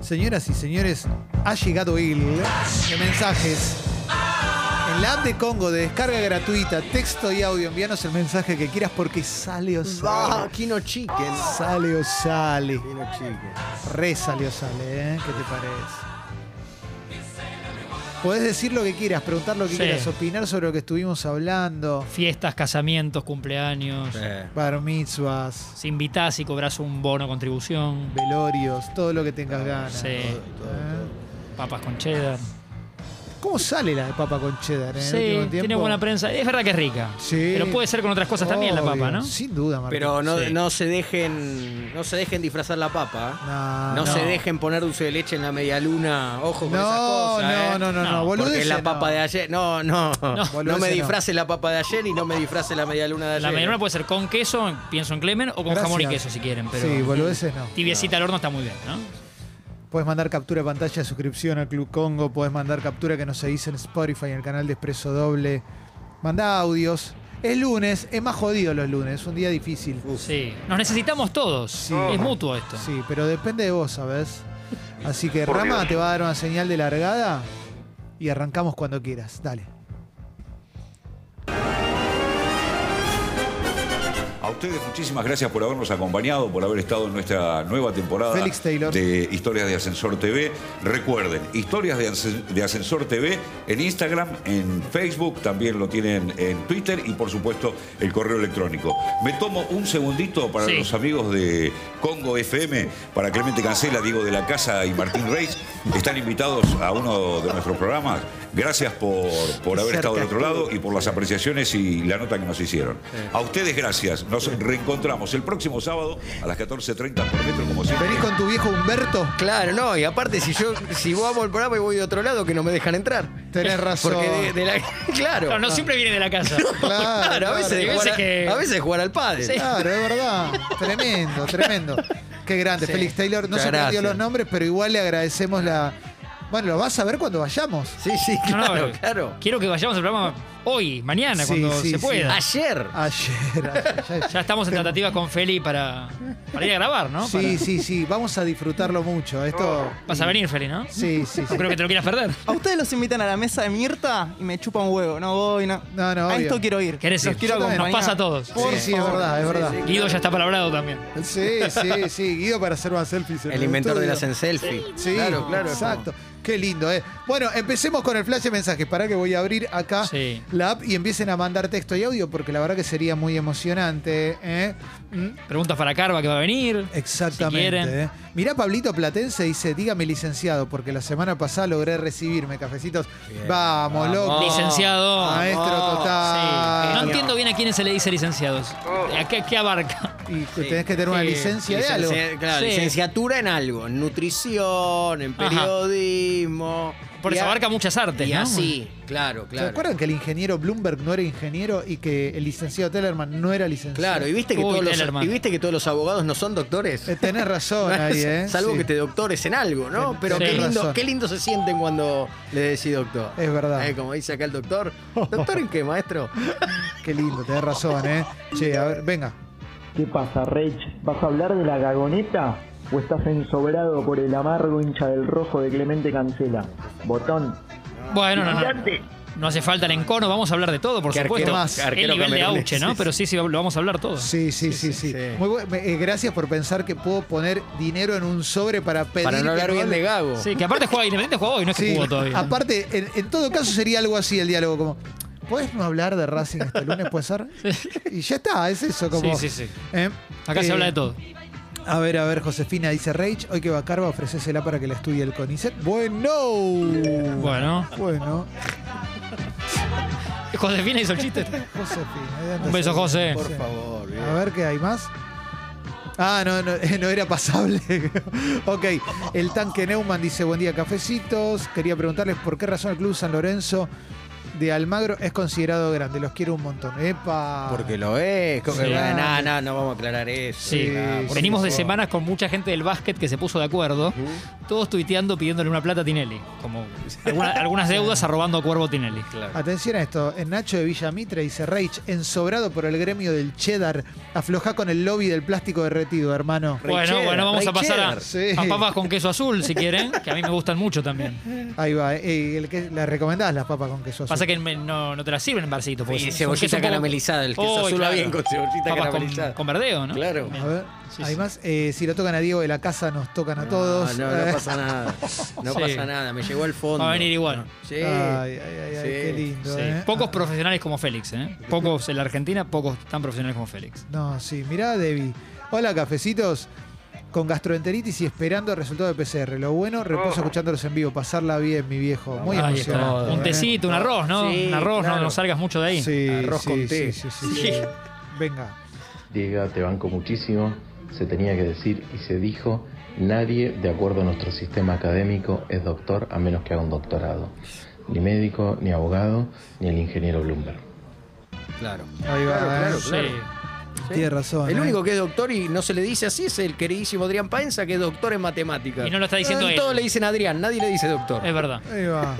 Señoras y señores, ha llegado el de mensajes. En la app de Congo de descarga gratuita, texto y audio, envíanos el mensaje que quieras porque sale o Ah, sale. Kino Chicken. Sale o sale. Kino Chicken. Re sale o sale, ¿eh? ¿Qué te parece? Podés decir lo que quieras, preguntar lo que Sí. quieras, opinar sobre lo que estuvimos hablando, Fiestas, casamientos, cumpleaños. bar mitzvahs, Si invitás y cobras un bono contribución. velorios, todo lo que tengas ganas. Sí. ¿eh? Papas con cheddar. ¿Cómo sale la de papa con cheddar? En el Sí, último tiene tiempo? buena prensa. Es verdad que es rica. Sí. Pero puede ser con otras cosas también la Obvio, papa, ¿no? Sin duda, Martín. Pero no, Sí. no se dejen no se dejen disfrazar la papa. ¿eh? No, no, No, se no. dejen poner dulce de leche en la media luna. Ojo con esas no, cosas. no, ¿eh? no, no, No, no, porque Porque boludeces es la papa no. de ayer. No, no. No, me Boludeces no. disfrace la papa de ayer y no me disfrace la media luna de ayer. La medialuna puede ser con queso, pienso en Clemen, o con Gracias. jamón y queso si quieren. Pero Sí, boludeces no. tibiecita al horno está muy bien, ¿no? Puedes mandar captura de pantalla de suscripción al Club Congo. Puedes mandar captura que nos seguís en Spotify, en el canal de Expreso Doble. Manda audios. Es lunes, es más jodido los lunes, es un día difícil. Sí. Nos necesitamos todos. Sí. Es mutuo esto. Sí, pero depende de vos, ¿sabes? Así que Rama te va a dar una señal de largada y arrancamos cuando quieras. Dale. A ustedes muchísimas gracias por habernos acompañado, por haber estado en nuestra nueva temporada Félix Taylor. de Historias de Ascensor TV. Recuerden, Historias de, Ascen- de Ascensor TV en Instagram, en Facebook, también lo tienen en Twitter y por supuesto el correo electrónico. Me tomo un segundito para Sí. los amigos de Congo FM, para Clemente Cancela, Diego de la Casa y Martín Reis. Están invitados a uno de nuestros programas. Gracias por, por haber estado del otro lado y por las apreciaciones y la nota que nos hicieron. A ustedes gracias. Nos reencontramos el próximo sábado a las 14.30 por metro, como siempre. Venís con tu viejo Humberto. Claro, no, y aparte si yo si vos amo el programa y voy de otro lado que no me dejan entrar. Tenés razón. Porque de, de la claro. Claro, no siempre viene de la casa. Claro, Claro, a claro. veces, de Hay veces jugar, a- que- a veces de jugar al padre. Claro, es verdad. Tremendo, tremendo. Qué grande. Sí. Félix Taylor, no Muchas se perdió gracias. los nombres, pero igual le agradecemos la. Bueno, lo vas a ver cuando vayamos. Sí, sí, No, no, claro, claro. Quiero que vayamos al programa hoy, mañana, Sí, cuando sí, se sí. pueda. Ayer. Ah, Ayer. ayer, ayer. Ya estamos en tratativas con Feli para, para ir a grabar, ¿no? Sí, Para- sí, sí. Vamos a disfrutarlo mucho. Esto. Vas a venir, Feli, ¿no? Sí, sí, sí. No creo que te lo quieras perder. A ustedes los invitan a la mesa de Mirta y me chupa un huevo. No voy, no. No, no, A obvio. esto quiero ir. Querés Los ir. quiero Yo también. acompañar. Nos pasa a todos. Por Sí, sí, es favor. verdad, es verdad. Guido ya está palabrado también. Sí, sí, sí. Guido para hacer una selfie. El inventor de la las selfie. Sí, claro, claro. Exacto. Qué lindo, ¿eh? Bueno, empecemos con el flash de mensajes. Para que voy a abrir acá Sí. la app y empiecen a mandar texto y audio, porque la verdad que sería muy emocionante. ¿eh? Mm, Preguntas para Carva que va a venir. Exactamente. Si quieren. ¿eh? Mirá, Pablito Platense dice: Dígame licenciado, porque la semana pasada logré recibirme, cafecitos. Vamos, loco. Licenciado. Ah, Ah, Maestro Vamos. total. Sí. No entiendo bien a quiénes se le dice licenciados. ¿A qué, qué abarca? Y tenés que tener una Sí. licencia de algo. Licencia- claro, Sí. licenciatura en algo, en nutrición, en Ajá. periodismo. Porque Y se a- abarca muchas artes, Y ¿no? así, claro, ¿Se claro. acuerdan que el ingeniero Bloomberg no era ingeniero y que el licenciado Tellerman no era licenciado? Claro, y viste, que Uy, todos los, Tellerman. y viste que todos los abogados no son doctores. Eh, Tenés razón ahí, ¿eh? Salvo Sí. que te doctores en algo, ¿no? Pero Sí. qué, Tenés lindo, razón. qué lindo se sienten cuando le decís doctor. Es verdad. Eh, Como dice acá el doctor. ¿Doctor en qué, maestro? Qué lindo, tenés razón, ¿eh? Che, a ver, venga. ¿Qué pasa, Rech? ¿Vas a hablar de la gagoneta? ¿O estás ensobrado por el amargo hincha del rojo de Clemente Cancela? Botón. Bueno, no, no. Gigante. No hace falta el encono, vamos a hablar de todo, por Qué arquero supuesto. más, el arquero nivel de camerunés. auche, ¿no? Sí, sí. Pero sí, sí, lo vamos a hablar todo. Sí, sí, sí, sí. sí. Muy bu- me- eh, gracias por pensar que puedo poner dinero en un sobre para pedir. Para no que hablar bien de Gago. Sí, que aparte juega Independiente juega hoy, no es que Sí, jugó todavía. Aparte, en, en todo caso sería algo así el diálogo, como. ¿Puedes no hablar de Racing hasta el lunes, puede ser? Y ya está, es eso, como. Sí, sí, sí. ¿eh? Acá Eh, se habla de todo. A ver, a ver, Josefina dice Rage, hoy que va Carva, ofrecésela para que la estudie el CONICET. Bueno. Bueno. Bueno, Josefina hizo el chiste. Josefina. de antes Un beso, de- José. Por favor. eh. bien. A ver, ¿qué hay más? Ah, no, no, no era pasable. ok, el tanque Neumann dice, buen día, cafecitos. Quería preguntarles por qué razón el Club San Lorenzo de Almagro es considerado grande. Los quiero un montón. Epa. Porque lo es. como- Sí. Ah, No, no, no vamos a aclarar eso. Sí. Ah, por Venimos de favor. semanas con mucha gente del básquet que se puso de acuerdo. Todos tuiteando pidiéndole una plata a Tinelli. Como alguna- algunas deudas arrobando a Cuervo Tinelli. Atención a esto. En Nacho de Villamitre dice Reich, ensobrado por el gremio del cheddar, afloja con el lobby del plástico derretido, hermano. Bueno, Cheddar, bueno, vamos a Ray pasar a, Cheddar. Sí. a papas con queso azul, si quieren, que a mí me gustan mucho también. Ahí va. eh, el que- las recomendás las papas con queso azul. Pasa que me- no, no te las sirven en barcitos. porque Y son cebollita queso un poco- caramelizada, el queso Oh, azul va bien con cebollita Papas con- caramelizada. Con, verdeo, ¿no? Claro. A ver, Sí, además, eh, si lo tocan a Diego de la casa, nos tocan a todos. Ah, No, no, Eh, no pasa nada. No Sí. pasa nada, me llegó al fondo. Va a venir igual. Sí. Ay, ay, ay, ay, Sí, qué lindo. Sí. eh. Pocos profesionales como Félix, ¿eh? Pocos en la Argentina, pocos tan profesionales como Félix. No, sí, mirá, Debbie. Hola, cafecitos. Con gastroenteritis y esperando el resultado de PCR. Lo bueno, reposo Oh. escuchándolos en vivo. Pasarla bien, mi viejo. Muy Ahí está. emocionado. Un eh. tecito, un arroz, ¿no? Sí, un arroz, no, claro. no salgas mucho de ahí. Sí, Arroz sí, con té. sí, sí, sí. Venga. Diego, te banco muchísimo, se tenía que decir y se dijo, nadie de acuerdo a nuestro sistema académico es doctor a menos que haga un doctorado. Ni médico, ni abogado, ni el ingeniero Bloomberg. Claro. Ahí va. Claro, claro, eh. Sí. Tiene razón. El eh. único que es doctor y no se le dice así es el queridísimo Adrián Paenza, que es doctor en matemáticas. Y no lo está diciendo Eh, él. Eh, Todos le dicen Adrián, nadie le dice doctor. Es verdad. Ahí va.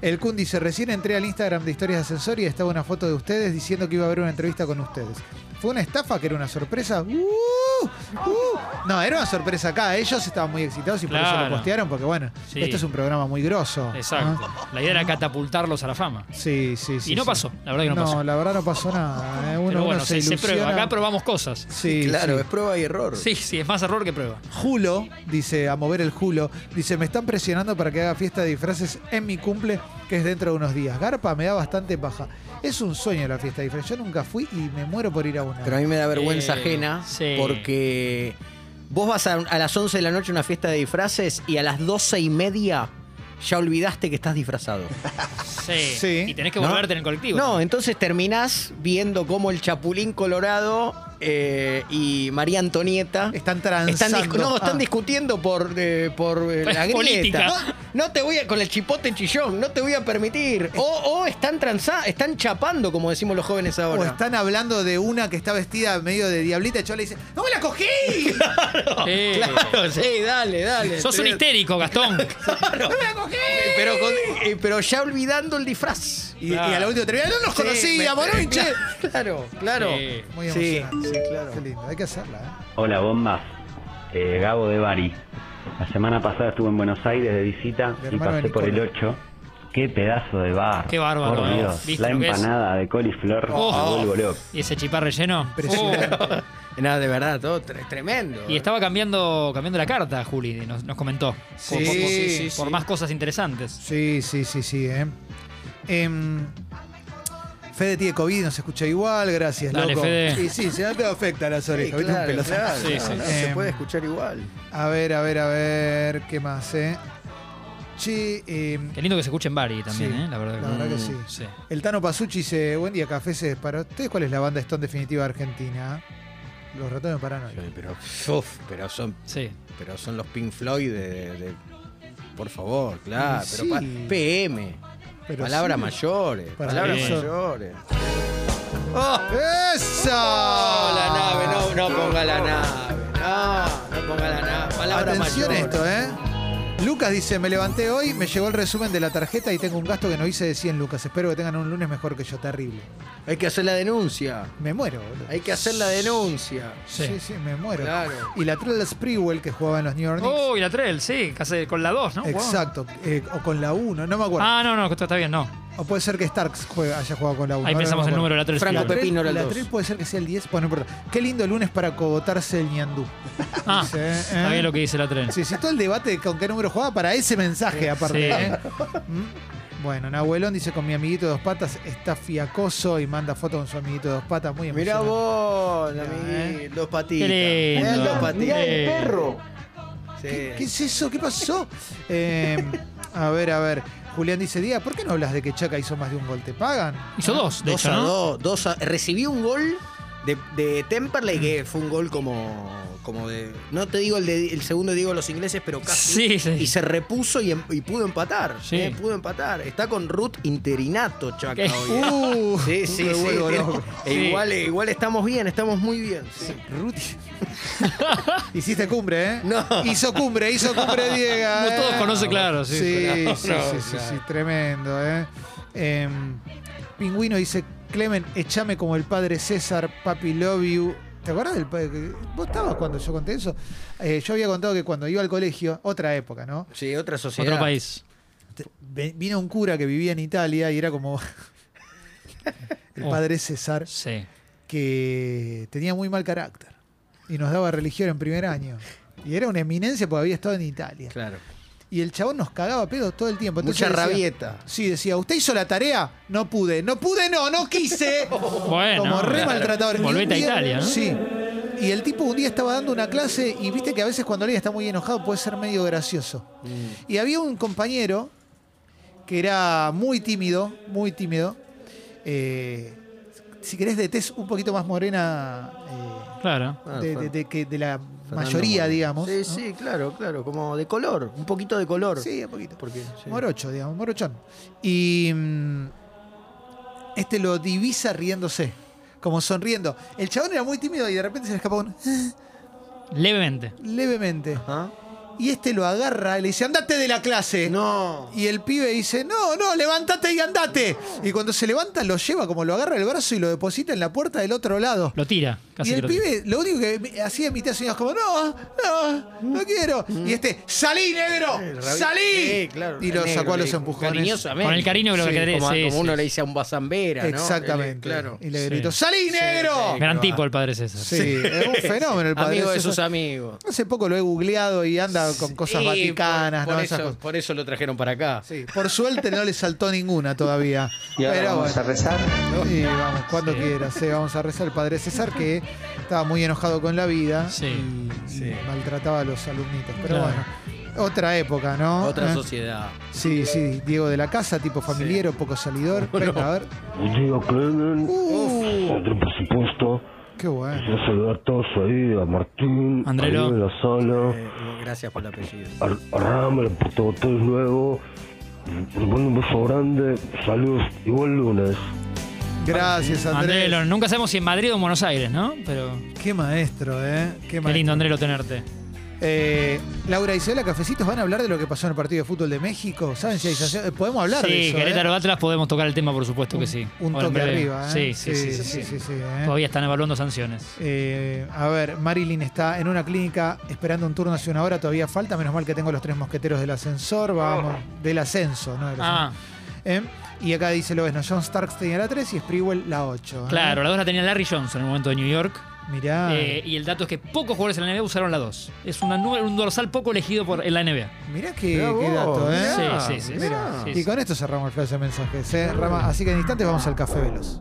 El Kun dice, recién entré al Instagram de Historias de Ascensor y estaba una foto de ustedes diciendo que iba a haber una entrevista con ustedes. ¿Fue una estafa que era una sorpresa? ¡Uh! ¡Uh! No, era una sorpresa acá. Ellos estaban muy excitados y por eso Claro. lo postearon, porque bueno, Sí. este es un programa muy grosso. Exacto. ¿no? La idea era catapultarlos a la fama. Sí, sí, sí. Y no sí. pasó, la verdad que no, no, pasó. la verdad no pasó nada. ¿eh? Uno, Pero uno bueno, se, se, se prueba. ilusiona. Acá probamos cosas. Sí, claro, sí. es prueba y error. Sí, sí, es más error que prueba. Julo, dice, a mover el Julo, dice, me están presionando para que haga fiesta de disfraces en mi cumple, que es dentro de unos días. Garpa me da bastante paja. Es un sueño la fiesta de disfraces. Yo nunca fui y me muero por ir a una. Pero a mí me da vergüenza Eh, ajena sí. porque vos vas a, a las 11 de la noche a una fiesta de disfraces y a las 12 y media ya olvidaste que estás disfrazado. Sí. Sí. Y tenés que ¿No? volverte en el colectivo. No, entonces terminás viendo cómo el Chapulín Colorado eh, y María Antonieta Están transando. están discu- no, están Ah. discutiendo por, eh, por eh, Pues, la grieta. política. No, no te voy a, con el chipote chillón, no te voy a permitir. O, o están transa, están chapando, como decimos los jóvenes ahora. O están hablando de una que está vestida medio de diablita y yo le dice, ¡No me la cogí! Sí. Claro, Eh, sí, dale, dale. Sos un Estoy- histérico, Gastón. Pero, con- eh, pero ya olvidando el disfraz. y, y a la última termina, ¡No nos conocíamos, no, hinche". Claro, claro. Sí. Muy Sí, emocionante. sí, claro. Qué lindo, hay que hacerla. ¿eh? Hola, bombas. Eh, Gabo de Bari. La semana pasada estuve en Buenos Aires de visita Mi y hermano pasé de por el Nicola. 8. Qué pedazo de bar. Qué bárbaro, Por ¿no? Dios, ¿Viste la lo que es? empanada de coliflor Oh. me vuelvo loco. Y ese chipar relleno. Impresionante. Oh. Nada, de verdad, todo tre- tremendo. Y estaba cambiando, cambiando la carta, Juli, nos, nos comentó. Sí, por, por- por- sí, por sí. más cosas interesantes. Sí, sí, sí, sí. ¿eh? Em, Fede tiene COVID, nos escucha igual, gracias, Dale, loco. Fede. Sí, sí, si no te afecta las Sí, orejas, viste, un claro, pelotazo. claro, Sí, sí. no, Em, se puede escuchar igual. A ver, a ver, a ver, ¿qué más, eh? Che, em, Qué lindo que se escuche en Bari también, Sí, ¿eh? La verdad, la verdad que sí. el Tano Pasucci dice, buen día, cafés, para ustedes, ¿cuál es la banda Stone definitiva argentina? Los ratones paranoicos. Pero, uf, pero son, Sí. pero son los Pink Floyd de, de- por favor, claro. Sí. Pero pa- PM, Pero palabras sí. mayores, Para palabras eso. mayores. ¡Eso! Oh, No, la nave, no, no ponga la nave. No, no ponga la nave. Palabra Atención mayor. esto, ¿eh? Lucas dice, me levanté hoy, me llegó el resumen de la tarjeta y tengo un gasto que no hice de 100 lucas. Espero que tengan un lunes mejor que yo, terrible. Hay que hacer la denuncia. Me muero, boludo. Hay que hacer la denuncia. Sí, sí, me muero. Claro. Y la Trella Sprewell que jugaba en los New York Knicks. Oh, y la Trell, sí, casi con la 2, ¿no? Wow. Exacto, eh, o con la 1, no me acuerdo. Ah, no, no, esto está bien, no. O puede ser que Starks juegue- haya jugado con la 1. Ah. Ahí pensamos el número de la Trell. Franco La Spiegel. Trell- Pepino era el la dos. Trell puede ser que sea el 10, bueno, no importa. Qué lindo lunes para cobotarse el ñandú. Ah, Dice, ¿eh? está bien lo que dice la Trell. Sí, sí, todo el debate de con qué número jugaba para ese mensaje, aparte. Sí. ¿eh? Mm. Bueno, Nahuelón dice con mi amiguito de dos patas está fiacoso y manda foto con su amiguito de dos patas, muy Mirá emocionante. vos, la Mirá, eh. amigui- dos Qué patitas. lindo. Eh, Dos Mirá patitas. el perro. Sí. ¿Qué es eso? ¿Qué pasó? Eh, a ver, a ver. Julián dice, Día, ¿por qué no hablas de que Chaca hizo más de un gol? ¿Te pagan? Hizo dos, de Dos hecho, a ¿no? dos, dos a- recibió un gol de, de Temperley, que fue un gol como, como de. No te digo el, de- el segundo, digo los ingleses, pero casi. Sí, sí. Y se repuso y, em- y pudo empatar. Sí. eh, pudo empatar. Está con Ruth interinato, Chaca. ¿Qué? hoy, eh. Uh, Sí, sí, me sí. vuelvo tiene- loco. e Sí. Igual, igual estamos bien, estamos muy bien. sí. Ruti. Hiciste cumbre, ¿eh? No. Hizo cumbre, hizo cumbre Diego. No ¿eh? todos conocen, claro, Sí, sí, sí, claro. sí, No, sí, sí, sí, tremendo, ¿eh? Em, Pingüino dice, Clemen, echame como el padre César, papi love you. ¿Te acuerdas del padre? ¿Vos estabas cuando yo conté eso? Eh, yo había contado que cuando iba al colegio, otra época, ¿no? Sí, otra sociedad. Otro país. Te- ve- Vino un cura que vivía en Italia y era como el Oh. padre César Sí. que tenía muy mal carácter y nos daba religión en primer año. Y era una eminencia porque había estado en Italia. Claro. Y el chabón nos cagaba pedos todo el tiempo. Entonces Mucha decía- rabieta. Sí, decía, ¿usted hizo la tarea? No pude. No pude, no, no quise. Bueno, Como re claro. maltratador. Y un Volvete a día- Italia, ¿no? Sí. Y el tipo un día estaba dando una clase y viste que a veces cuando alguien está muy enojado puede ser medio gracioso. Mm, Y había un compañero que era muy tímido, muy tímido. eh, si querés, de tez un poquito más morena eh, Claro. Ah, de, Fer- de- de que de la Fernando mayoría, Moro. digamos. Sí, ¿no? sí, claro, claro. Como de color, un poquito de color. Sí, un poquito. Porque, sí. Morocho, digamos, morochón. Y mm, este lo divisa riéndose, como sonriendo. El chabón era muy tímido y de repente se le escapa un eh, Levemente. levemente. Ajá. Y este lo agarra y le dice, andate de la clase. No. Y el pibe dice, no, no, levántate y andate. Y cuando se levanta lo lleva, como lo agarra el brazo y lo deposita en la puerta del otro lado. Lo tira. Casi y que el lo tira. pibe, lo único que hacía en mitad sonidos como, no, no, no quiero. Mm. Y este, salí, negro, rabi- salí. Sí, claro, y lo el sacó negro, a los le- empujones. cariñosamente. Con el cariño que lo Sí, que querés. Como, sí, como sí, uno sí. le dice a un bazambera, ¿no? Eh, Exactamente. Claro. Y le Sí. gritó, ¡salí, negro! Gran tipo el padre César. Sí, es un fenómeno el padre. Amigo de Eso- sus amigos. Hace poco lo he googleado y anda con cosas Sí, vaticanas, por, ¿no? por Esas eso, cosas. por eso lo trajeron para acá. Sí, por suerte no le saltó ninguna todavía. Pero bueno. rezar. Sí, vamos, Eh, cuando Sí. quieras. eh, Vamos a rezar al padre César que estaba muy enojado con la vida Sí. y, y maltrataba a los alumnitos. Pero Claro. bueno, otra época, ¿no? Otra Eh, sociedad. Sí, sí, Diego de la Casa, tipo familiero, poco salidor. Venga, a ver. Diego Clemen, Uh, otro por supuesto. qué bueno. Yo saludar a todos ahí, a Martín, Andrelo. a Leo Lozano, Eh, gracias por el apellido. a, a Rama, por todo, todo nuevo. Les mando un beso grande, saludos y buen lunes. Gracias, Andrés. Andrelo, nunca sabemos si en Madrid o en Buenos Aires, ¿no? Pero Qué maestro, ¿eh? Qué, qué maestro. lindo, Andrelo, tenerte. Eh, Laura y Isabela Cafecitos van a hablar de lo que pasó en el partido de fútbol de México. ¿Saben si hay sanción? Eh, Podemos hablar sí, de eso. Querétaro ¿eh? Atlas podemos tocar el tema, por supuesto que sí. Un Ahora en toque breve. arriba, ¿eh? Sí, sí, sí. sí, sí. sí, sí, ¿eh? Todavía están evaluando sanciones. Eh, a ver, Marilyn está en una clínica esperando un turno hace una hora, todavía falta, menos mal que tengo los tres mosqueteros del ascensor, vamos, del ascenso, ¿no? del Oh. Ah, ascenso. ¿Eh? Y acá dice lo no, John Starks tenía la 3 y Sprewell la 8. ¿eh? claro, la dos la tenía Larry Johnson en el momento de New York. Mirá, Eh, y el dato es que pocos jugadores en la NBA usaron la 2. Es una nu- un dorsal poco elegido por, en la NBA. mirá qué, mirá qué vos, dato, ¿eh? sí, sí, sí, Mirá. sí, sí, Y con esto cerramos el flash de mensajes, ¿eh? Rama, así que en instantes vamos al café veloz.